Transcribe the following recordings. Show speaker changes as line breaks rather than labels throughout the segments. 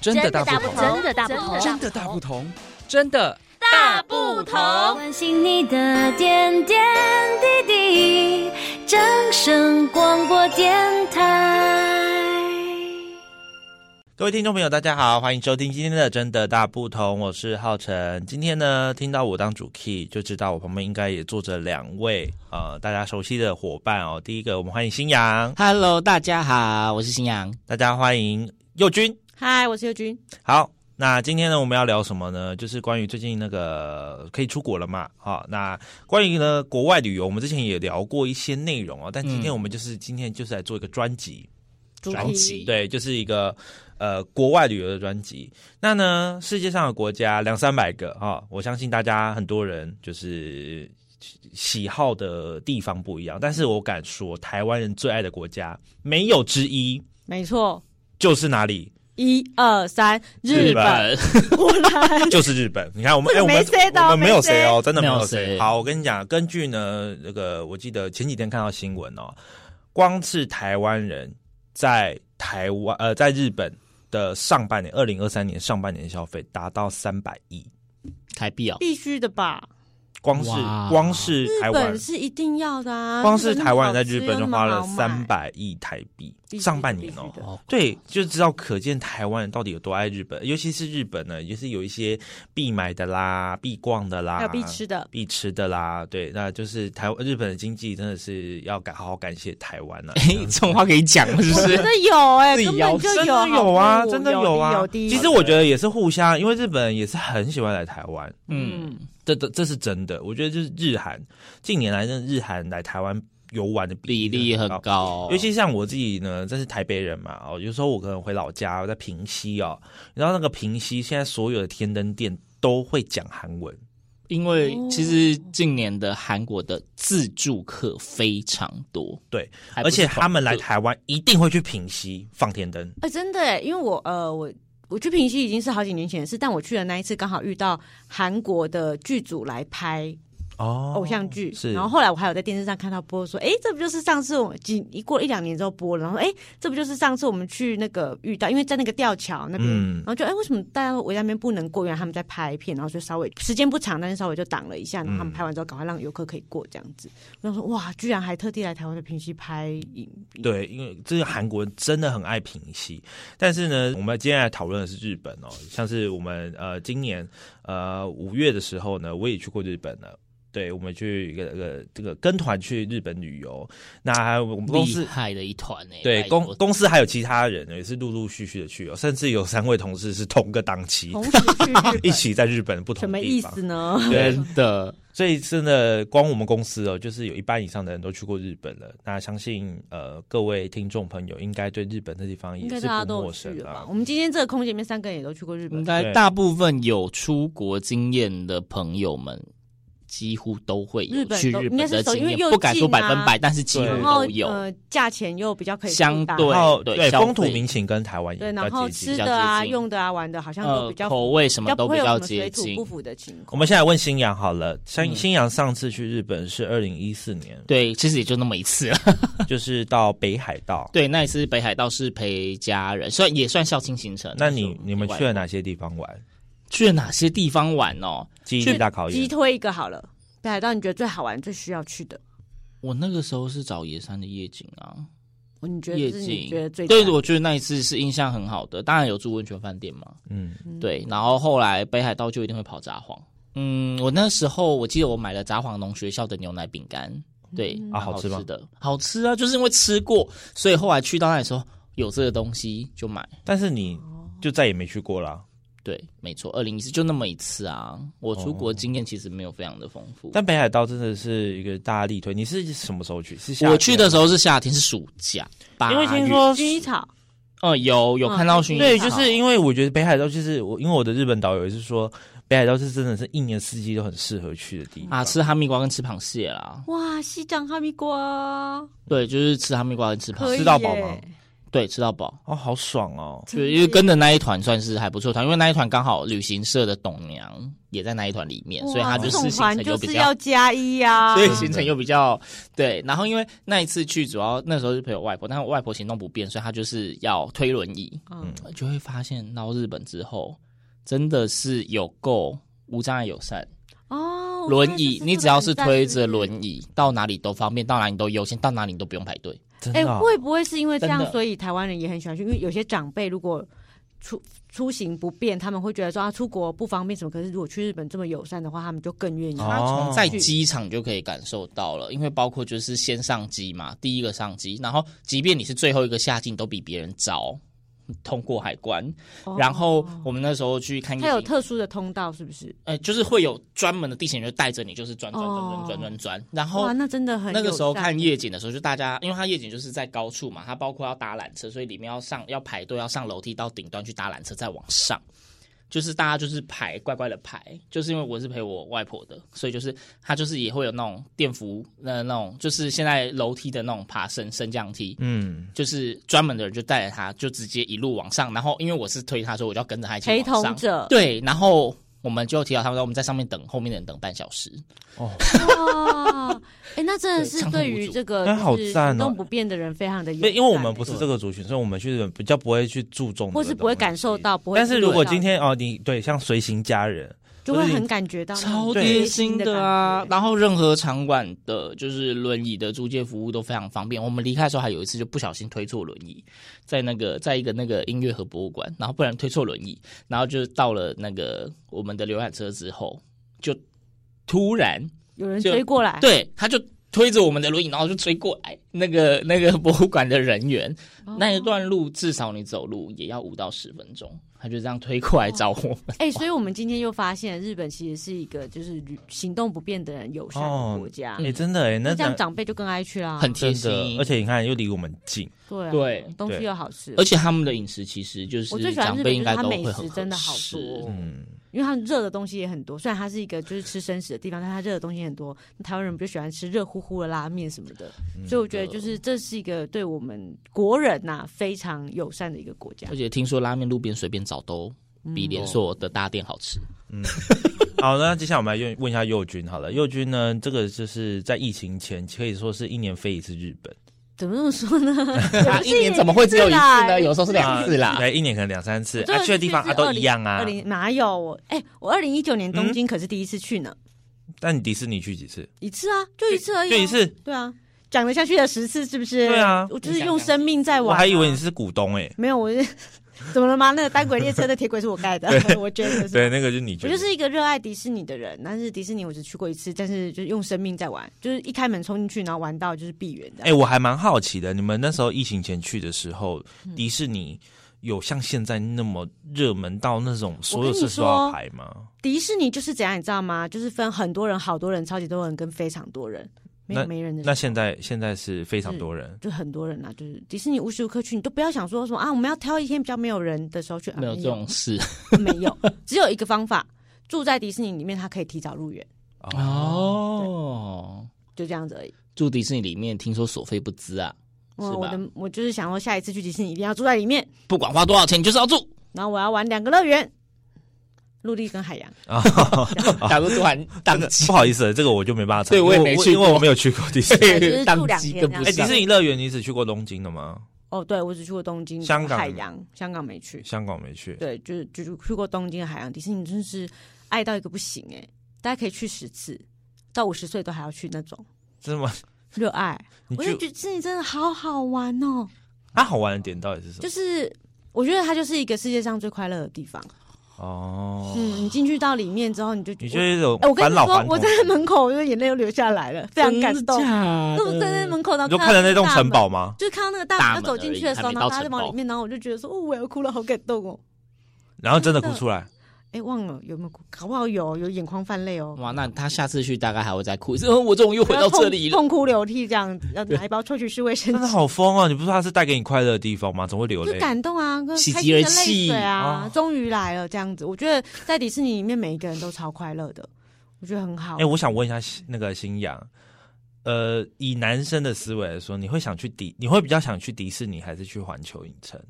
真的大不
不
同，
真的大不同，
真的大不同，真的
大不同。
关心你的点点滴滴，掌声广播电台。
各位听众朋友，大家好，欢迎收听今天的《真的大不同》，我是浩辰。今天呢，听到我当主 key，就知道我旁边应该也坐着两位呃大家熟悉的伙伴哦。第一个，我们欢迎新阳，
Hello，大家好，我是新阳。
大家欢迎佑君。
嗨，我是佑君。
好，那今天呢，我们要聊什么呢？就是关于最近那个可以出国了嘛，好、那关于呢国外旅游，我们之前也聊过一些内容哦，但今天我们就是、今天就是来做一个专辑，
主
专
题
辑
对，就是一个呃国外旅游的专辑。那呢，世界上的国家两三百个哈、我相信大家很多人就是喜喜好的地方不一样，但是我敢说，台湾人最爱的国家没有之一，
没错，
就是哪里？
一二三，日本，波 兰，
就是日本。你看， 我们哎、
这个
我
没
们
say 到
我们没有
没 say
谁哦，真的没
没
有
有
谁。
谁
好，我跟你讲，根据呢，那个我记得前几天看到新闻哦，光是台湾人在台湾呃在日本的上半年，二零二三年上半年消费达到三百亿，
台币哦，
必须的吧？
光是
哇
光是
日
台湾
本。是一定要的啊。
光是台湾人在
日
日
本
本
那
就
么
花
好
了
吃啊
三，百亿台币，
必须的
上半年哦
必须，的
对，就知道可见台湾人到底有多爱日本，尤其是日本呢，就是有一些必买的啦、必逛的啦、
还有必吃的。
必吃的啦，对，那就是台日本的经济真的是要感好好感谢台湾了、啊。
哎，这种话可以讲吗是不
真
是？
的有哎、
自己
根
摇
本就
真
有
的有啊，
好不好
真的
有
啊。
的有的
其实我觉得也是互相，因为日本人也是很喜欢来台湾，
嗯，
这这这是真的。我觉得就是日韩近年来，真的日韩来台湾游玩的
比
例
例很
高。
高，哦
尤其像我自己呢，这是台北人嘛，哦，有时候我可能回老家，我在平西哦，然后那个平西现在所有的天灯店都会讲韩文，
因为
哦
其实近年的韩国的自助客非常多，
对，
还不
而
是
且他们来
团
台湾一定会去平西放天灯，
哎、真的哎、因为我呃我。我去平西已经是好几年前的事，但我去的那一次刚好遇到韩国的剧组来拍
哦
偶像剧，
是，
然后后来我还有在电视上看到播说，哎，这不就是上次我们几一过了一两年之后播了，然后哎，这不就是上次我们去那个遇到，因为在那个吊桥那边，
嗯
然后就哎，为什么大家围在那边不能过？原来他们在拍片，然后就稍微时间不长，但是稍微就挡了一下，然后
嗯
他们拍完之后赶快让游客可以过这样子。然后说哇，居然还特地来台湾的平西拍影，
对，因为这个韩国人真的很爱平息，但是呢，我们接下来讨论的是日本哦，像是我们呃今年呃五月的时候呢，我也去过日本了。对，我们去一个呃这个跟团去日本旅游，那还有我们公
厉
司
害的一团呢。
对
拜托
公公司还有其他人也是陆陆续续的去哦，甚至有三位同事是同个档期
同时去日
一
本，
起在日本不
什
同
么
的
意
地方
思。呢？
对
真的
所以真的，光我们公司哦，就是有一半以上的人都去过日本了。那相信呃，各位听众朋友应该对日本这地方也
应该
是
大家
不
都有
陌
去
生
了吧
啊？。
我们今天这个空姐里面三个人也都去过日本
应，该
对
大部分有出国经验的朋友们。几乎都会有
日本
去
都
日
应该
本
是
的
熟
经
因为
验，
又
不敢说
近
百
啊
分百，但是几乎
对
然后
都有。
呃，价钱又比较可以负
相
担
对
然后
对
对
消费
风土民情跟台湾也
对，
比
然后
较接
吃
近。
比
的啊、
较接近
用的啊、玩的，好像都比较
呃口味什
比
么
较
都
不会
比
有
较
什么
接
水土
近
不，服的情
我
况。
们现在问新阳好了，像
嗯
新阳上次去日本是二零一四 年，
对，其实也就那么一次了。
就是到北海道。
对，那一次北海道是陪家人，算也算校庆行程。
那
时候
你你们
外
去了哪些地方玩？
去了哪些地方玩哦？
记忆力大考
击
验。
推一个好了，北海道你觉得最好玩、最需要去的，
我那个时候是找野山的夜景啊，
你觉
夜
得是
景
你觉得最
对，
赞
我觉得那一次是印象很好的。当然有住温泉饭店嘛，
嗯，
哦
对。然后后来北海道就一定会跑札幌。嗯，我那时候我记得我买了札幌农学校的牛奶饼干，
嗯
对，
啊
蛮
好吃吗
的，好吃啊，就是因为吃过，所以后来去到那里时候有这个东西就买。
但是你就再也没去过啦。
对，没错，二零
嗯
一四就那么一次啊。我出
哦
国经验其实没有非常的丰富。
但北海道真的是一个大力推。你是什么时候去？是夏
我去
天吗
的时候是夏天，是暑假，八
因为听
月
说
薰衣草
哦，有有
嗯
看到薰衣草，
对，就是因为我觉得北海道就是我，因为我的日本导游也是说，北海道是真的是一年四季都很适合去的地方
啊，吃哈密瓜跟吃螃蟹
嗯
啦，
哇，西藏哈密瓜
对，就是吃哈密瓜跟吃螃
可
蟹，
以
吃到饱吗
耶
对，吃到饱。
哦，好爽哦！
就因为跟着那一团算是还不错团，因为那一团刚好旅行社的董娘也在那一团里面，所以他
哇
就
这
是
种
行
团
程
就
比
是
较
要加一啊
所，以行程又比较对。然后因为那一次去，主要那时候是陪我外婆，但我外婆行动不便，所以她就是要推轮椅，
嗯
就会发现到日本之后真的是有够无障碍友善。
哦，
轮椅，你只要是推着
椅。
轮椅到哪里都方便，到哪里都优先，到哪里都不用排队。
真
哎、
的哦、
会不会是因为这样
真，的
所以台湾人也很喜欢去？因为有些长辈如果出出行不便，他们会觉得说啊，出国不方便什么。可是如果去日本这么友善的话，他们就更愿意。
哦
从在机场就可以感受到了，因为包括就是先上机嘛，第一个上机，然后即便你是最后一个下机，你都比别人早通过海关。
哦
然后我们那时候去看夜
它有
景，
特殊的通道，是不是？
呃，就是会有专门的地勤人就带着你，就是转转转
哦
转转转转，然后
哇，那真的很
那个时候
友善
看夜景的时候，就大家因为它夜景就是在高处嘛，它包括要搭缆车，所以里面要上要排队，要上楼梯到顶端去搭缆车，再往上。就是大家就是排乖乖的排，就是因为我是陪我外婆的，所以就是它就是也会有那种电扶呃那种，就是现在楼梯的那种爬升升降梯，
嗯，
就是专门的人就带着他，就直接一路往上。然后因为我是推他，所以我就要跟着他一起
陪
往
同
上。
者，
对，然后我们就提到他们说我们在上面等，后面的人等半小时。
哦，
哇，哎、那真的
对
是
畅通
对
无
于
阻
这个
哎好
就是
赞
行
哦
动不便的人非常的友
没，
善。
因为我们不是这个族群，所以我们去日本比较不会去注重，
或是不会感受。到，不会
但是如
注意
果
到
今天哦，你对像随行家人，
就会很感觉到那种
超
对
贴
贴
心
心
的啊！
感觉
然后任何场馆的，就是轮椅的租借服务都非常方便。我们离开的时候还有一次就不小心推错轮椅，在那个在一个那个音乐和博物馆，然后不然推错轮椅，然后就到了那个我们的浏览车之后，就突然
有人
就
追过来，
对他就。推着我们的轮椅，然后就追过来。那个那个博物馆的人员，
哦
那一段路至少你走路也要五到十分钟，他就这样推过来找我们。
哎、所以我们今天又发现，日本其实是一个就是旅行动不便的人友善
哦
的国家，
哎、真的哎、
嗯
那
那这样
咱
长辈就更爱去啦。
很
真
贴心
的，而且你看又离我们近，
对啊
对
东西
对
又好吃，
而且他们的饮食其实就是
我最喜欢
长
日
辈
本
应
就是
该
它
都
美
会很
食真的
合
好
适
多，
嗯，
因为它热的东西也很多。虽然它是一个就是吃生食的地方，但它热的东西很多。台湾人不就喜欢吃热乎乎的拉面什么的，
嗯
所以我觉得就是这是一个对我们国人呐、非常友善的一个国家
而。且听说拉面路边随便找都
嗯
比连锁的大店好吃。
好，那接下来我们来问问一下佑君好了。佑君呢，这个就是在疫情前可以说是一年飞一次日本，
怎么这么说呢？
啊一年怎么会只有一次呢？有时候是两次
啊
啦。
对，一年可能两三次，
我真
啊，
的
去的地方啊都一样啊
二。零哪有我？哎、我二零一九年东京可是第一次去呢，
但你迪士尼去几次？
一次啊，就一次而已、啊，
就一。次，
对啊，讲得下去的十次是不是？
对啊
我就是用生命在玩、啊
我还以为你是股东哎、
没有，我是怎么了吗？那个单轨列车的铁轨是我盖的，我觉得是。
对，那个就是你觉
我
得。
就是一个热爱迪士尼的人，但是迪士尼我只去过一次，但是就是用生命在玩，就是一开门冲进去，然后玩到就是闭园的。
哎、我还蛮好奇的，你们那时候疫情前去的时候，
嗯
迪士尼有像现在那么热门到那种所有
我跟你
设施都要
说
排吗？
迪士尼就是怎样，你知道吗？就是分很多人、好多人、超级多人跟非常多人，没有没人的时候
那现在现在是非常多人，
就很多人啊，就是迪士尼无时无刻去，你都不要想说什么啊，我们要挑一天比较没有人的时候去，啊
没有这种 事
没有，只有一个方法，住在迪士尼里面，他可以提早入园，哎嗯
哦。
就这样子而已。
住迪士尼里面，听说所费不赀啊，
哇，
是吧
我的我就是想说，下一次去迪士尼一定要住在里面，
不管花多少钱，你就是要住。
然后我要玩两个乐园，陆地跟海洋。
假如突然
这
当
个
机
啊 不，好意思，这个我就没办法参与。
对我也没去
因为我
过
没有去过 迪士尼。
就是住
当
两
机
天
跟
这
不
样
哎、
上
迪。士尼乐园你只去过东京的吗？
哦，对，我只去过东京、
香港
海洋，香港没去。
香港没去。
对，就是就是去过东京、海洋，迪士尼真是爱到一个不行哎、大家可以去十次，到五十岁都还要去那种
真的吗？
热爱。
你
我就
去
觉得迪士尼真的好好玩哦，
它好玩的点到底是什
就
么？
是我觉得它就是一个世界上最快乐的地方。
哦，
嗯，你进去到里面之后，你就
你
觉
就
得。
是有
哎，我跟
返
你
老
说
还，童
我在门口，我就眼泪又流下来了，非常感动。
假
那我站在门口，然后
你就看了那栋城
堡。
堡吗？
就看到那个大
大
门要
门
走
而
进
已
去的时
还
候，
没
然后
到
大家
城
就往里
堡
面，然后我就觉得说，哦，我要哭了，好感动哦。
然后真的
真
哭
的
出来，
哎，忘了有没有哭，搞不好有有眼眶泛泪哦，
哇，那他下次去大概还会再哭一次。嗯，我终于又回
然
到
后
这里了。
痛痛哭流涕这样，要拿一包抽取式 卫生
真的
纸，
好疯哦！你不是说它是带给你快乐的地方吗？怎么会流
就
泪？
感动啊，跟
喜
开
极
心的
而
泪
泣
水啊
哦，
终于来了这样子。我觉得在迪士
哎
尼里面，每一个人都超快乐的，我觉得很好
哎、。我想问一下那个新阳，呃，以男生的思维来说，你会想去迪，你会比较想去迪士尼，还是去环球影城？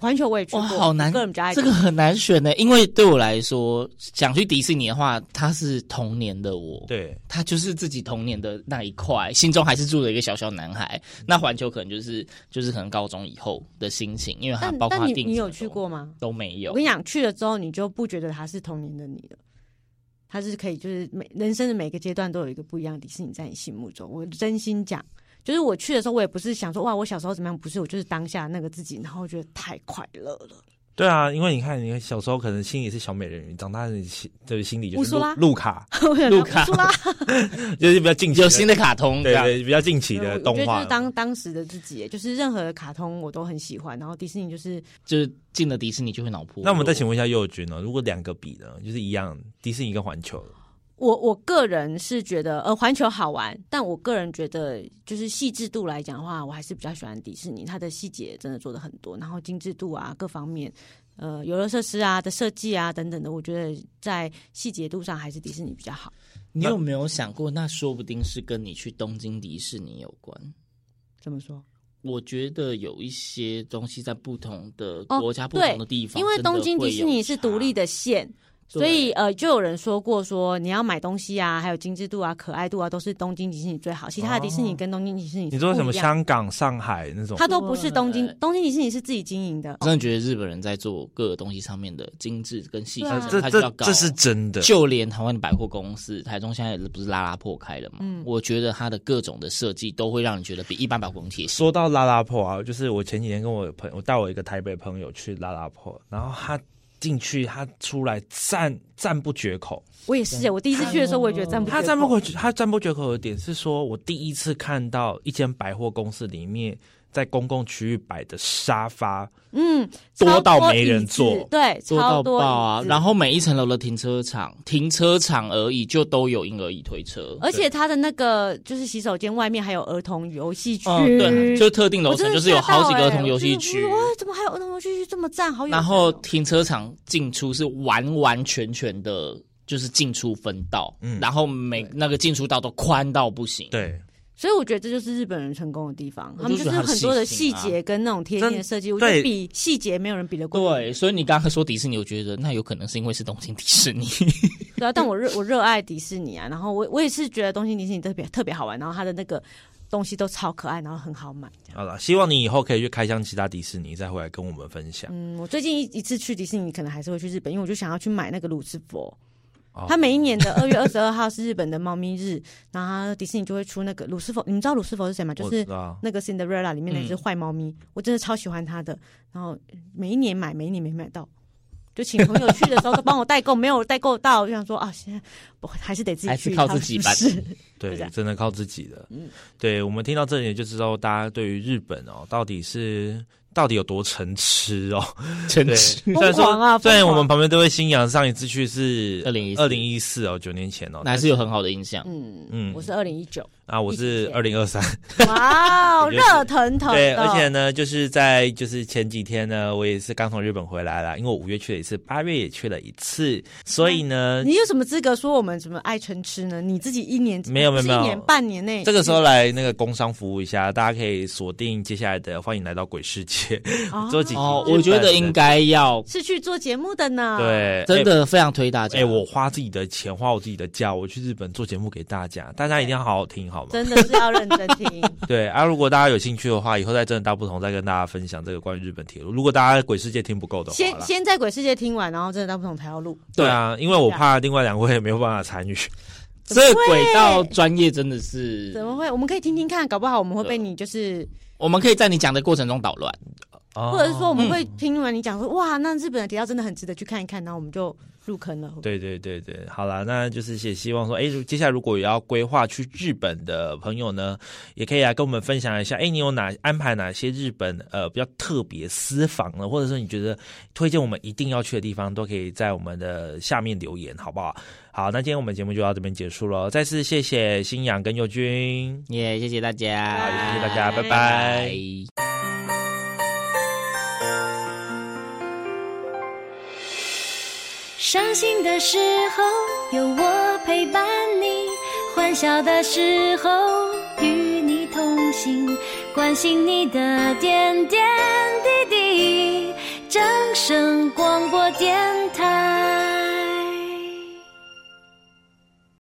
环球我也去过，
哇，好难
我个人比较爱，
这个很难选呢，因为对我来说，想去迪士尼的话，它是童年的我，，
对，
他就是自己童年的那一块，心中还是住了一个小小男孩。那环球可能就是就是可能高中以后的心情，因为它
但
包括它
但你
定
你
制
有
的
去
东
过吗？
都没有
我跟。你讲，去了之后你就不觉得他是童年的你了，他是可以就是每人生的每个阶段都有一个不一样的迪士尼在你心目中。我真心讲，就是我去的时候，我也不是想说哇，我小时候怎么样，不是，我就是当下那个自己，然后觉得太快乐了。
对啊，因为你看，你看小时候可能心里是小美人鱼，长大了你心就是心里就
乌
是
苏
路
拉
路卡，
我想
路
说
卡
不是啦，
就是比较近期的
有新的卡通这
对
样，
对比较近期
对我
的
我
动
觉得
画
就是。当当时的自己，就是任何的卡通我都很喜欢，然后迪士尼就是
就是进了迪士尼就会脑破。
那我们再请问一下佑君哦呢？如果两个比呢，就是一样，迪士尼跟环球，
我我个人是觉得，呃，环球好玩，但我个人觉得，就是细致度来讲的话，我还是比较喜欢迪士尼，它的细节真的做的很多，然后精致度啊，各方面，呃，游乐设施啊的设计啊等等的，我觉得在细节度上还是迪士尼比较好。
你有没有想过，那说不定是跟你去东京迪士尼有关？
怎么说？
我觉得有一些东西在不同的
哦
国家、不
对
同的地方，
因为东京迪士尼是独立
的
的县，
对
所以呃，就有人说过说你要买东西啊，还有精致度啊、可爱度啊，都是东京迪士尼最好，其他的迪士
哦
尼跟东京迪士尼是
你说什
不
么
一样的
香港、上海那种？
它都不是东京
对，
东京迪士尼是自己经营的。
真的觉得日本人在做各个东西上面的精致跟细节
对啊，
这
它比较
这
高
这是真的，
就连台湾的百货公司，台中现在不是拉拉破开了嘛？
嗯
我觉得它的各种的设计都会让你觉得比一般百货公司贴心。
说到拉拉破啊，就是我前几天跟我朋友，我带我一个台北朋友去拉拉破，然后他进去，他出来赞赞不绝口。
我也是耶，我第一次去的时候，我也觉得赞不绝口
他赞不绝，他赞不绝口的点是说，我第一次看到一间百货公司里面在公共区域摆的沙发，
嗯，
多到
超多
没人
椅子
坐
对，
做
超
到
多
爆啊！
椅子
然后每一层楼的停车场，停车场而已就都有婴儿椅推车，
而且他的那个就是洗手间外面还有儿童游戏哦区，
嗯对，就特定楼
我真
层
的
就是有
吓到
好几个儿
欸
童
我
游
就
戏
是
区
我，说哇，怎么还有儿童游戏区这么赞？好有
然
趣
后
哦
停车场进出是完完全全的。就是进出分道，
嗯
然后每那个进出道都宽到不行，
对，
所以我觉得这就是日本人成功的地方，
我
他
就
们就
觉
是
得他的
很多的
细
细
心啊
节跟那种贴心的设计，我觉
对
得比细节没有人比得过。
对，所以你刚刚说迪士尼，我觉得那有可能是因为是东京迪士尼，
对啊，但我热我热爱迪士尼啊，然后我我也是觉得东京迪士尼特别特别好玩，然后它的那个东西都超可爱，然后很好买。
好了，希望你以后可以去开箱其他迪士尼，再回来跟我们分享。
嗯，我最近一一次去迪士尼，可能还是会去日本，因为我就想要去买那个鲁斯佛。
哦
他每一年的二月二十二号是日本的猫咪日，然后它迪士尼就会出那个鲁斯佛。你们知道鲁斯佛是谁吗？就
我知
是
道，嗯
那个 Cinderella 里面那只坏猫咪，我真的超喜欢它的。然后每一年买，每一年没买到，就请朋友去的时候都帮我代购，没有代购到，就想说啊，现在我还是得自己
还
去
是
一
靠
趟，
自己
是不
吧。
是啊嗯
对
就这，样
真的靠自己的。对我们听到这里就知道大家对于日本哦，到底是到底有多成痴哦。
真
对，
是
虽然
疯狂啊
说，虽然
疯
我
狂
们旁边都会新阳，上一次去是
2014
二零一四哦，九年前哦。
那还是有很好的印象。
嗯
嗯
嗯，我是二零一九，
啊，我是二零二三，
哇哦，
也 就是
热腾腾的，
对，而且呢，就是在就是前几天呢，我也是刚从日本回来了，因为我五月去了一次，八月也去了一次，所以呢，
你有什么资格说我们什么爱成痴呢？你自己一年
没有没有
是
没有
一年半年内
这个时候来那个工商服务一下，大家可以锁定接下来的《欢迎来到鬼世界》
哦
做几集
哦，我觉得应该要
是去做节目的呢。，
对，
真的非常推大
哎。
家。
哎，我花自己的钱，花我自己的假，我去日本做节目给大家，大家一定要好好听，好吗？
真的是要认真 听。
对啊，如果大家有兴趣的话，以后在真的大不同再跟大家分享这个关于日本铁路。如果大家鬼世界听不够的话
先
啦，
先在鬼世界听完，然后真的到不同台要录。
对啊，因为我怕另外两位没有办法 参与。
这轨道专业真的是
怎，么会？我们可以听听看，搞不好我们会被你就是，
我们可以在你讲的过程中捣乱。
哦
或者是说我们会听完你讲说，哇，那日本的铁道真的很值得去看一看，然后我们就入坑了。
对对对对，好啦，那就是也希望说，哎，如接下来如果有要规划去日本的朋友呢，也可以来跟我们分享一下，哎，你有哪安排哪些日本呃比较特别私房呢？或者是你觉得推荐我们一定要去的地方，都可以在我们的下面留言，好不好？好，那今天我们节目就到这边结束了，再次谢谢新阳跟佑君，
耶、谢谢大家，
好，也谢谢大家，拜
拜
拜。
伤心的时候有我陪伴你，欢笑的时候与你同行，关心你的点点滴滴。掌声广播电台。